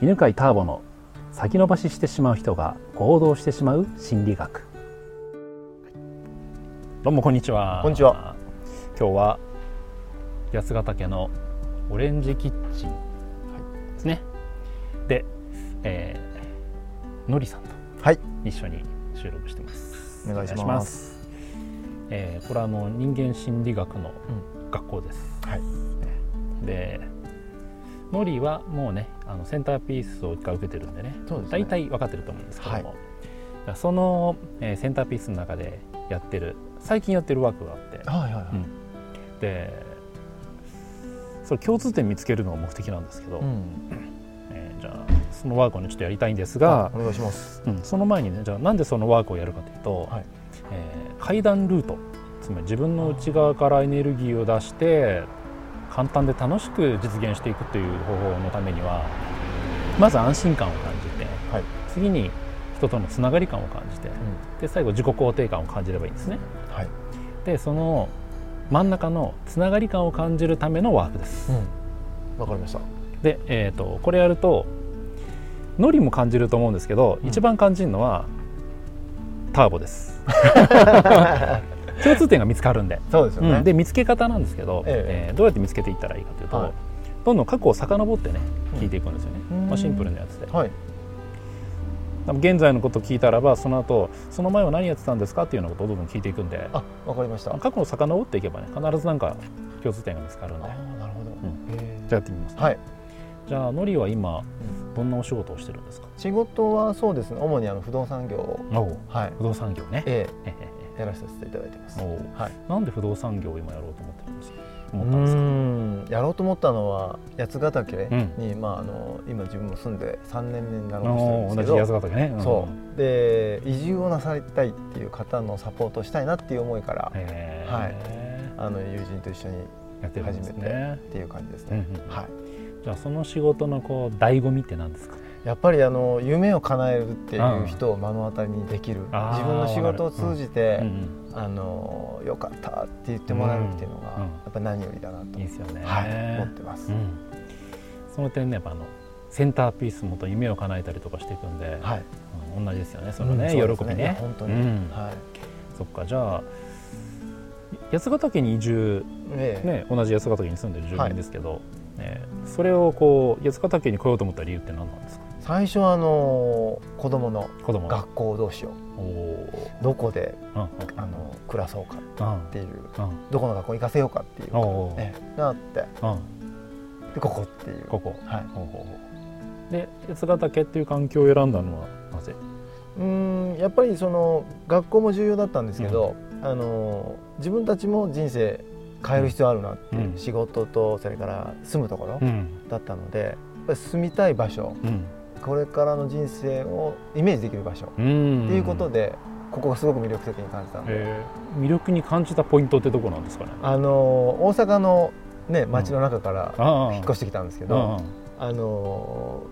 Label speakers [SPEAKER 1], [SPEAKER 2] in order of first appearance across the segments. [SPEAKER 1] 犬飼ターボの先延ばししてしまう人が行動してしまう心理学どうもこんにちは
[SPEAKER 2] こんにちは
[SPEAKER 1] 今日は八ヶ岳のオレンジキッチンですね、で、えー、のりさんと
[SPEAKER 2] はい
[SPEAKER 1] 一緒に収録してます
[SPEAKER 2] お願いします
[SPEAKER 1] おえーこれはあの人間心理学の学校です、
[SPEAKER 2] はい
[SPEAKER 1] でのりはもうねあのセンターピースを一回受けてるんでね
[SPEAKER 2] そうですね
[SPEAKER 1] 大体分かってると思うんですけども、その、えーセンターピースの中でやってる最近やってるワークがあって
[SPEAKER 2] はいはいは
[SPEAKER 1] うんでそれ共通点見つけるのが目的なんですけど、
[SPEAKER 2] うん
[SPEAKER 1] えーじゃあそのワークをねちょっとやりたいんです
[SPEAKER 2] が
[SPEAKER 1] が、
[SPEAKER 2] お願いします
[SPEAKER 1] うんその前にねじゃあなんでそのワークをやるかというと、
[SPEAKER 2] はい
[SPEAKER 1] えー階段ルートつまり自分の内側からエネルギーを出して簡単で楽しく実現していくという方法のためにはまず安心感を感じて
[SPEAKER 2] はい
[SPEAKER 1] 次に人とのつながり感を感じて
[SPEAKER 2] うん
[SPEAKER 1] で最後自己肯定感を感じればいいんですね
[SPEAKER 2] はい
[SPEAKER 1] でその真ん中のつながり感を感じるためのワークです、
[SPEAKER 2] うんわかりました
[SPEAKER 1] で、えー、とこれやるとノリも感じると思うんですけど、
[SPEAKER 2] うん
[SPEAKER 1] 一番感じるのはターボです 共通点が見つかるんで,
[SPEAKER 2] そうです
[SPEAKER 1] うん、で見つけ方なんですけど、
[SPEAKER 2] え
[SPEAKER 1] えーどうやって見つけていったらいいかというと、
[SPEAKER 2] はい
[SPEAKER 1] どんどん過去を遡ってね聞いていくんですよね、
[SPEAKER 2] うん
[SPEAKER 1] まあ、シンプルなやつで
[SPEAKER 2] はい
[SPEAKER 1] 多分現在のことを聞いたらばその後その前は何やってたんですかっていうようなことをどんどん聞いていくんで
[SPEAKER 2] あわかりました
[SPEAKER 1] 過去を遡っていけばね必ずなんか共通点が見つかるんで
[SPEAKER 2] あーなるほど
[SPEAKER 1] ん
[SPEAKER 2] へー
[SPEAKER 1] じゃあやってみます、
[SPEAKER 2] はい
[SPEAKER 1] じゃあノリは今
[SPEAKER 2] う
[SPEAKER 1] どんなお仕事をしてるんですか
[SPEAKER 2] 仕事はそうですね主にあの不動産業をはい
[SPEAKER 1] 不動産業ね。
[SPEAKER 2] え
[SPEAKER 1] え
[SPEAKER 2] えやらせていただいてます
[SPEAKER 1] え おう
[SPEAKER 2] はい
[SPEAKER 1] なんで不動産業を今やろうと思ってるんですか。
[SPEAKER 2] う
[SPEAKER 1] 思ったんですか。
[SPEAKER 2] んやろうと思ったのは八ヶ岳
[SPEAKER 1] うん
[SPEAKER 2] にまああの今自分も住んで3年目にな
[SPEAKER 1] あ
[SPEAKER 2] ろうとしてるんで
[SPEAKER 1] の同
[SPEAKER 2] すけ
[SPEAKER 1] じ
[SPEAKER 2] ど
[SPEAKER 1] 安ヶ岳ね。ん
[SPEAKER 2] そうで移住をなさりたいっていう方のサポートしたいなっていう思いから
[SPEAKER 1] へえ
[SPEAKER 2] あの友人と一緒にっ
[SPEAKER 1] やってるんですね。
[SPEAKER 2] ていう感じです
[SPEAKER 1] うんう
[SPEAKER 2] ね、
[SPEAKER 1] ん
[SPEAKER 2] はい、
[SPEAKER 1] じゃあその仕事のこう醍醐味って何ですか。
[SPEAKER 2] やっぱりあの夢を叶えるっていう人を目の当たりにできる、
[SPEAKER 1] あー
[SPEAKER 2] 自分の仕事を通じて、
[SPEAKER 1] うんうん
[SPEAKER 2] あのよかったって言ってもらえるっていうのが、
[SPEAKER 1] うんうん
[SPEAKER 2] やっぱり何よりだなと、
[SPEAKER 1] いいですよね。
[SPEAKER 2] はい、思ってます、
[SPEAKER 1] うん。その点ねやっぱあのセンターピースもと夢を叶えたりとかしていくんで、
[SPEAKER 2] はい
[SPEAKER 1] うん同じですよね。その
[SPEAKER 2] うん
[SPEAKER 1] ね
[SPEAKER 2] そうです
[SPEAKER 1] 喜び
[SPEAKER 2] いや
[SPEAKER 1] ね。
[SPEAKER 2] 本当に、
[SPEAKER 1] うん
[SPEAKER 2] はい
[SPEAKER 1] そっかじゃあ八ヶ岳に移住
[SPEAKER 2] ええ
[SPEAKER 1] ね、同じ八ヶ岳に住んでる住民ですけど、えーそれをこう八ヶ岳に来ようと思った理由って何なんですか
[SPEAKER 2] 最初はあの子供の
[SPEAKER 1] 子供が
[SPEAKER 2] 学校どうしよ
[SPEAKER 1] おお
[SPEAKER 2] うどこで
[SPEAKER 1] うんうん
[SPEAKER 2] あの暮らそうかっ
[SPEAKER 1] うん
[SPEAKER 2] てい
[SPEAKER 1] う
[SPEAKER 2] う
[SPEAKER 1] ん
[SPEAKER 2] どこの学校に行かせようかっていう
[SPEAKER 1] おう
[SPEAKER 2] ねがあって
[SPEAKER 1] うん
[SPEAKER 2] でここっていう
[SPEAKER 1] ここ
[SPEAKER 2] はい
[SPEAKER 1] ほうほうほうで八ヶ岳っていう環境を選んだのはなぜ
[SPEAKER 2] うーんやっぱりその学校も重要だったんですけど、あの自分たちも人生変える必要あるなっていう、
[SPEAKER 1] うん
[SPEAKER 2] 仕事とそれから住むところ
[SPEAKER 1] うん
[SPEAKER 2] だったので、やっぱり住みたい場所
[SPEAKER 1] うん
[SPEAKER 2] これからの人生をイメージできる場所っ
[SPEAKER 1] うん
[SPEAKER 2] ていうことで、ここがすごく魅力的に感じたので、
[SPEAKER 1] えー魅力に感じたポイントってどこなんですかね
[SPEAKER 2] あの大阪の、ね、街の中から
[SPEAKER 1] あ
[SPEAKER 2] 引っ越してきたんですけ
[SPEAKER 1] け
[SPEAKER 2] ど、あの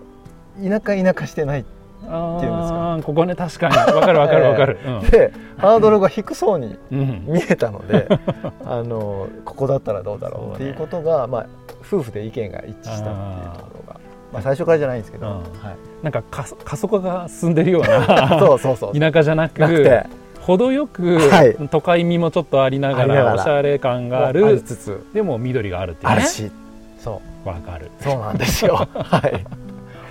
[SPEAKER 2] 田舎田舎してないっ
[SPEAKER 1] あ
[SPEAKER 2] っていうんですか
[SPEAKER 1] あここね確かにわかるわかるわ かる、
[SPEAKER 2] てハードルが低そうに
[SPEAKER 1] うんうん
[SPEAKER 2] 見えた のであのここだったらどうだろうっていうことが、まあ、夫婦で意見が一致したっていうところがまあ、最初からじゃないんですけど、
[SPEAKER 1] うん
[SPEAKER 2] はい、
[SPEAKER 1] なんか過疎過疎化が進んでるような
[SPEAKER 2] そうそ うそう
[SPEAKER 1] 田舎じゃなく
[SPEAKER 2] なくて
[SPEAKER 1] 程よく、
[SPEAKER 2] はい
[SPEAKER 1] 都会味もちょっとありなが
[SPEAKER 2] ありなが
[SPEAKER 1] ら
[SPEAKER 2] ら
[SPEAKER 1] おしゃれ感があ
[SPEAKER 2] あり
[SPEAKER 1] る
[SPEAKER 2] つつ
[SPEAKER 1] でも緑があるっていう
[SPEAKER 2] あ
[SPEAKER 1] ね
[SPEAKER 2] るしそ
[SPEAKER 1] わかる
[SPEAKER 2] うそうなんで すよはい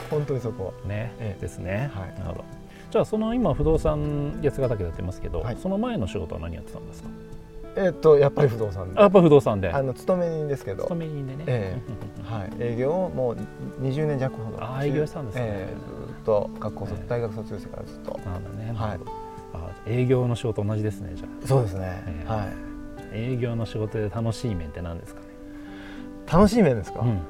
[SPEAKER 2] 本当にそこ
[SPEAKER 1] ね、
[SPEAKER 2] ええ
[SPEAKER 1] ですね、
[SPEAKER 2] はい
[SPEAKER 1] なるほどじゃあその今不動産八ヶ岳でやってますけど、
[SPEAKER 2] はい
[SPEAKER 1] その前の仕事は何やってたんですか
[SPEAKER 2] はえっとやっぱり不動産で
[SPEAKER 1] あやっぱ不動産で
[SPEAKER 2] あの勤め人ですけど、
[SPEAKER 1] 勤め人でね、
[SPEAKER 2] えはい、営業をもう20年弱ほど
[SPEAKER 1] あー営業したんですね
[SPEAKER 2] ええずっと学校卒、
[SPEAKER 1] ええ
[SPEAKER 2] 大学卒業してからずっと
[SPEAKER 1] なんだね、
[SPEAKER 2] はい
[SPEAKER 1] あ営業の仕事同じですねじゃ
[SPEAKER 2] そうですね、
[SPEAKER 1] ええ
[SPEAKER 2] はい
[SPEAKER 1] あ営業の仕事で楽しい面って何ですかね、
[SPEAKER 2] 楽しい面ですか、
[SPEAKER 1] うん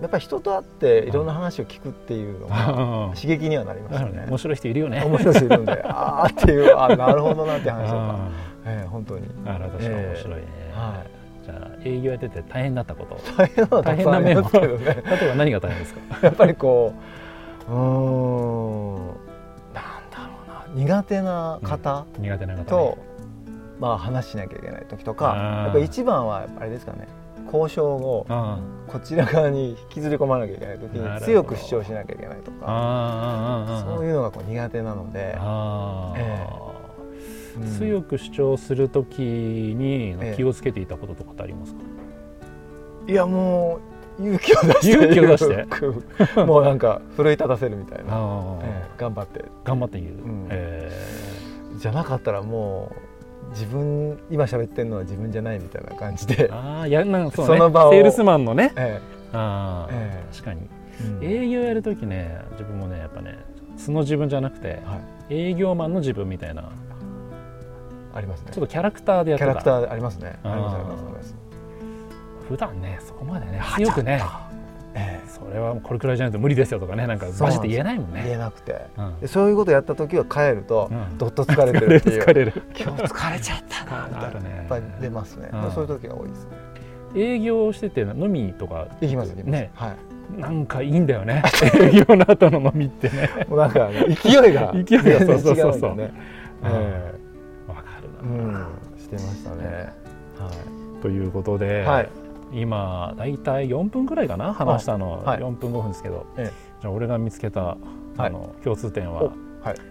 [SPEAKER 2] やっぱり人と会っていろんな話を聞くっていうのが刺激にはなりま
[SPEAKER 1] だ
[SPEAKER 2] し
[SPEAKER 1] か
[SPEAKER 2] た
[SPEAKER 1] らね
[SPEAKER 2] ね。
[SPEAKER 1] 面白い人いるよね
[SPEAKER 2] 面白い人いるんで、ああっていう、あーなるほどなって話とか、
[SPEAKER 1] あ
[SPEAKER 2] ええ本当に。
[SPEAKER 1] ーなるほど確かに面白いね、
[SPEAKER 2] は
[SPEAKER 1] じゃあ営業やってて大変だったこと
[SPEAKER 2] い、大変なのはたくさんありますけどね、
[SPEAKER 1] 例えば何が大変ですか
[SPEAKER 2] やっぱりこう、うーん、なんだろうな、苦手な方
[SPEAKER 1] 苦手な方ね
[SPEAKER 2] と、まあ話しなきゃいけない時とか
[SPEAKER 1] あー、
[SPEAKER 2] やっぱり一番はあれですかね、交渉を
[SPEAKER 1] あ
[SPEAKER 2] こちら側に引きずり込まなきゃいけない時
[SPEAKER 1] なるほど
[SPEAKER 2] に強く主張しなきゃいけないと
[SPEAKER 1] あ
[SPEAKER 2] か
[SPEAKER 1] ああ
[SPEAKER 2] そういうのがこう苦手なので、
[SPEAKER 1] ああ、
[SPEAKER 2] えうん
[SPEAKER 1] 強く主張するときに
[SPEAKER 2] ええ
[SPEAKER 1] 気をつけていたこととかってありますか、
[SPEAKER 2] いやもう勇気を出して
[SPEAKER 1] 勇気を出して
[SPEAKER 2] て もうなんか奮い立たせるみたいな、
[SPEAKER 1] ああ
[SPEAKER 2] ええ頑張って
[SPEAKER 1] 頑張って言う、
[SPEAKER 2] ん
[SPEAKER 1] え
[SPEAKER 2] じゃなかったらもう自分今喋ってるのは自分じゃないみたいな感じで
[SPEAKER 1] え、ああやなんかそう、ね、
[SPEAKER 2] その場を
[SPEAKER 1] セールスマンのね
[SPEAKER 2] え
[SPEAKER 1] ああ、
[SPEAKER 2] ええ
[SPEAKER 1] 確かに
[SPEAKER 2] えうん
[SPEAKER 1] 営業やるときね自分もねやっぱね素の自分じゃなくて
[SPEAKER 2] はい、
[SPEAKER 1] 営業マンの自分みたいな
[SPEAKER 2] ありますね
[SPEAKER 1] ちょっとキャラクターでやっ
[SPEAKER 2] キ
[SPEAKER 1] て
[SPEAKER 2] ャ
[SPEAKER 1] た
[SPEAKER 2] ラクターありますね
[SPEAKER 1] あー
[SPEAKER 2] ありますありますあります
[SPEAKER 1] 普段ねそこまでね強くね
[SPEAKER 2] え
[SPEAKER 1] それはもうこれくらいじゃないと無理ですよとかねなんか
[SPEAKER 2] そう
[SPEAKER 1] バ
[SPEAKER 2] なんです
[SPEAKER 1] ジって言えないもん
[SPEAKER 2] え言
[SPEAKER 1] ね
[SPEAKER 2] えなくて
[SPEAKER 1] うん
[SPEAKER 2] でそういうことやった時は帰ると、
[SPEAKER 1] うん
[SPEAKER 2] どっと疲れてるって いう
[SPEAKER 1] 疲れる
[SPEAKER 2] 今日疲れちゃったなみた
[SPEAKER 1] あ
[SPEAKER 2] い
[SPEAKER 1] る
[SPEAKER 2] な、
[SPEAKER 1] ね
[SPEAKER 2] やっぱり出ますね、
[SPEAKER 1] うん
[SPEAKER 2] そういう時が多いですね
[SPEAKER 1] 営業してて飲みとか
[SPEAKER 2] 行きます行きます、
[SPEAKER 1] ね
[SPEAKER 2] は
[SPEAKER 1] なんかいいんだよね 営業の後の飲みってね
[SPEAKER 2] い、もうなんかあの勢い が
[SPEAKER 1] 勢いがそうそうそうそう
[SPEAKER 2] 全然違んでね
[SPEAKER 1] うん
[SPEAKER 2] え
[SPEAKER 1] わかる
[SPEAKER 2] えうんしてましたね、は
[SPEAKER 1] なということで、
[SPEAKER 2] い、はい、
[SPEAKER 1] 今だいたい4分くらいかな話したの、
[SPEAKER 2] はい
[SPEAKER 1] 4分5分ですけど、
[SPEAKER 2] ええ
[SPEAKER 1] じゃあ俺が見つけたあの、共通点は
[SPEAKER 2] おはい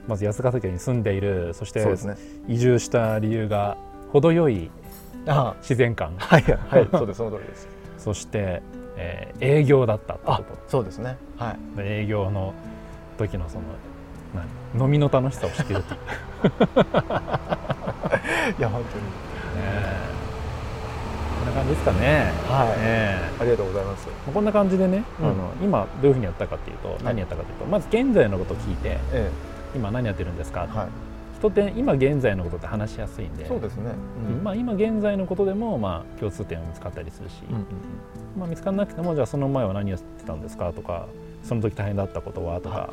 [SPEAKER 1] まず安ヶ岳に住んでいるそして
[SPEAKER 2] そうですね
[SPEAKER 1] 移住した理由が程よい
[SPEAKER 2] あ
[SPEAKER 1] 自然感
[SPEAKER 2] ーはいはいそうですその通りです
[SPEAKER 1] そして、えー営業だったってこ
[SPEAKER 2] あそうですねはい
[SPEAKER 1] とで営業の時のその何飲みの楽しさを知ってるっていうね
[SPEAKER 2] いや本当に
[SPEAKER 1] こんな感じですかね、
[SPEAKER 2] はい、
[SPEAKER 1] え
[SPEAKER 2] ありがとうございます
[SPEAKER 1] ーこんな感じでね、
[SPEAKER 2] うん
[SPEAKER 1] あの今どういうふうにやったかっていうと何やったかというと、まず現在のことを聞いて
[SPEAKER 2] え
[SPEAKER 1] 今何やってるんですか、
[SPEAKER 2] えはい
[SPEAKER 1] 人って今現在のことって話しやすいんで
[SPEAKER 2] そうですね、うん
[SPEAKER 1] まあ、今現在のことでもまあ共通点を見つかったりするし、
[SPEAKER 2] うんうん
[SPEAKER 1] まあ、見つからなくてもじゃあその前は何をしてたんですかとかその時大変だったことはとか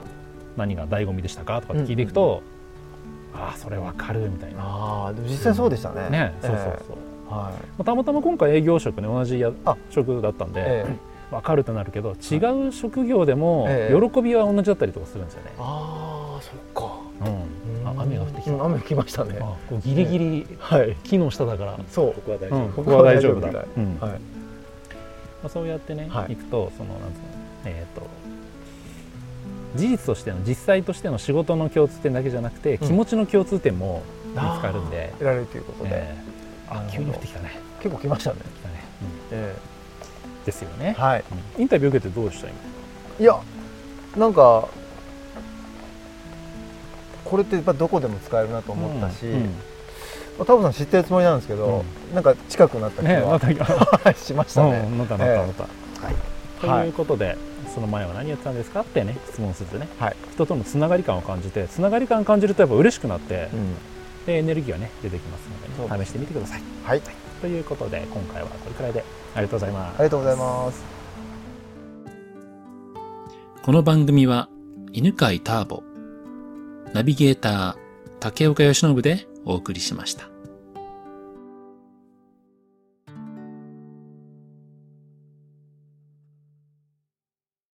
[SPEAKER 1] 何が醍醐味でしたかとかって聞いていくと、ああそれわかるみたいな
[SPEAKER 2] ああでも実際そうでしたね、
[SPEAKER 1] ねそうそう
[SPEAKER 2] え
[SPEAKER 1] そう、
[SPEAKER 2] えはい
[SPEAKER 1] まあたまたま今回営業職ね同じや
[SPEAKER 2] あ
[SPEAKER 1] 職だったんで
[SPEAKER 2] ええ
[SPEAKER 1] わかるとなるけど違う職業でも
[SPEAKER 2] ええ
[SPEAKER 1] 喜びは同じだったりとかするんですよね、
[SPEAKER 2] ああそっか
[SPEAKER 1] うんあ雨が降ってきた、
[SPEAKER 2] うん雨降りましたね
[SPEAKER 1] あこうギリギリ
[SPEAKER 2] はい
[SPEAKER 1] 木の下だから、
[SPEAKER 2] そうここは大
[SPEAKER 1] うんこ
[SPEAKER 2] こ
[SPEAKER 1] こ
[SPEAKER 2] こ
[SPEAKER 1] は
[SPEAKER 2] は
[SPEAKER 1] 大
[SPEAKER 2] 大
[SPEAKER 1] 丈夫
[SPEAKER 2] 丈夫
[SPEAKER 1] だ
[SPEAKER 2] だ、
[SPEAKER 1] うんま
[SPEAKER 2] はい
[SPEAKER 1] あ、そうやってね、
[SPEAKER 2] はい
[SPEAKER 1] い、くとそのなんつうのえっ、と事実としての実際としての仕事の共通点だけじゃなくて、
[SPEAKER 2] うん
[SPEAKER 1] 気持ちの共通点も見つかるんで、
[SPEAKER 2] 得られるということで、
[SPEAKER 1] えーあ
[SPEAKER 2] なるほど
[SPEAKER 1] 急に降ってきたね
[SPEAKER 2] 結構来ましたね、
[SPEAKER 1] 来たね、
[SPEAKER 2] え
[SPEAKER 1] うんですよね、
[SPEAKER 2] えはい
[SPEAKER 1] インタビュー受けてどうでした今
[SPEAKER 2] いやなんかこれってやっぱどこでも使えるなと思ったし、
[SPEAKER 1] うんうん
[SPEAKER 2] まあ、タブさん知ってるつもりなんですけど、なんか近くなった気
[SPEAKER 1] ねま
[SPEAKER 2] は、
[SPEAKER 1] たう
[SPEAKER 2] しましたね、
[SPEAKER 1] んまたまたまた、
[SPEAKER 2] はい
[SPEAKER 1] ということで、その前は何やってたんですかってね質問するとね、
[SPEAKER 2] はい
[SPEAKER 1] 人とのつながり感を感じてつながり感を感じるとやっぱ嬉しくなって、
[SPEAKER 2] うん
[SPEAKER 1] でエネルギーがね出てきます
[SPEAKER 2] そ
[SPEAKER 1] の
[SPEAKER 2] う
[SPEAKER 1] で、
[SPEAKER 2] で
[SPEAKER 1] ね、試してみてください
[SPEAKER 2] はい
[SPEAKER 1] ということで今回はこれくらいでありがとうございます
[SPEAKER 2] ありがとうございます
[SPEAKER 3] この番組は犬飼ターボ、ナビゲーター、竹岡由伸でお送りしました。